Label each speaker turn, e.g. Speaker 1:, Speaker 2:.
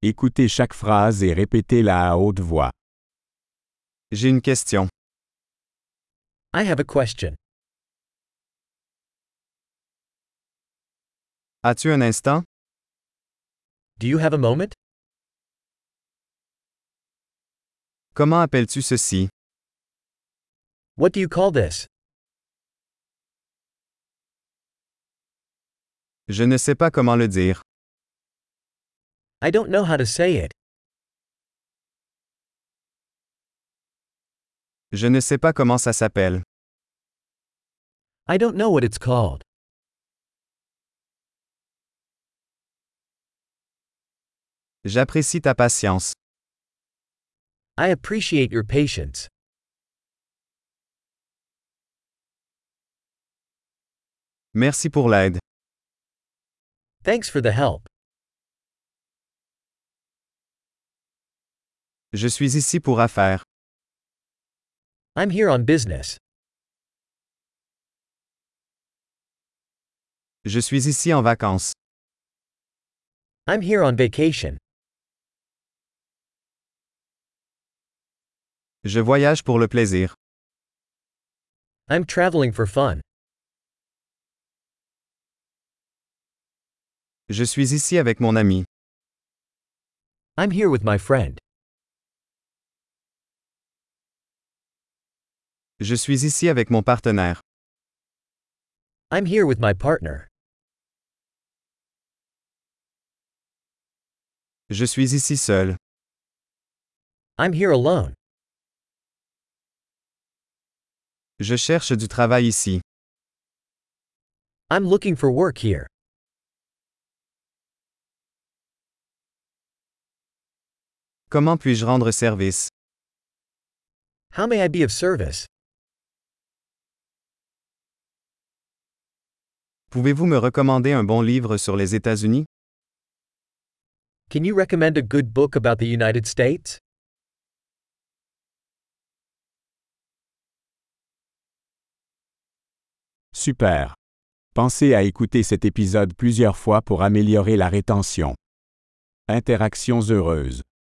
Speaker 1: Écoutez chaque phrase et répétez-la à haute voix.
Speaker 2: J'ai une question.
Speaker 3: I have a question.
Speaker 2: As-tu un instant?
Speaker 3: Do you have a moment?
Speaker 2: Comment appelles-tu ceci?
Speaker 3: What do you call this?
Speaker 2: Je ne sais pas comment le dire.
Speaker 3: I don't know how to say it.
Speaker 2: Je ne sais pas comment ça s'appelle.
Speaker 3: I don't know what it's called.
Speaker 2: J'apprécie ta patience.
Speaker 3: I appreciate your patience.
Speaker 2: Merci pour l'aide.
Speaker 3: Thanks for the help.
Speaker 2: Je suis ici pour affaires.
Speaker 3: I'm here on business.
Speaker 2: Je suis ici en vacances.
Speaker 3: I'm here on vacation.
Speaker 2: Je voyage pour le plaisir.
Speaker 3: I'm traveling for fun.
Speaker 2: Je suis ici avec mon ami.
Speaker 3: I'm here with my friend.
Speaker 2: Je suis ici avec mon partenaire.
Speaker 3: I'm here with my partner.
Speaker 2: Je suis ici seul.
Speaker 3: I'm here alone.
Speaker 2: Je cherche du travail ici.
Speaker 3: I'm looking for work here.
Speaker 2: Comment puis-je rendre service?
Speaker 3: How may I be of service?
Speaker 2: Pouvez-vous me recommander un bon livre sur les États-Unis?
Speaker 3: Can you recommend a good book about the United States?
Speaker 1: Super. Pensez à écouter cet épisode plusieurs fois pour améliorer la rétention. Interactions heureuses.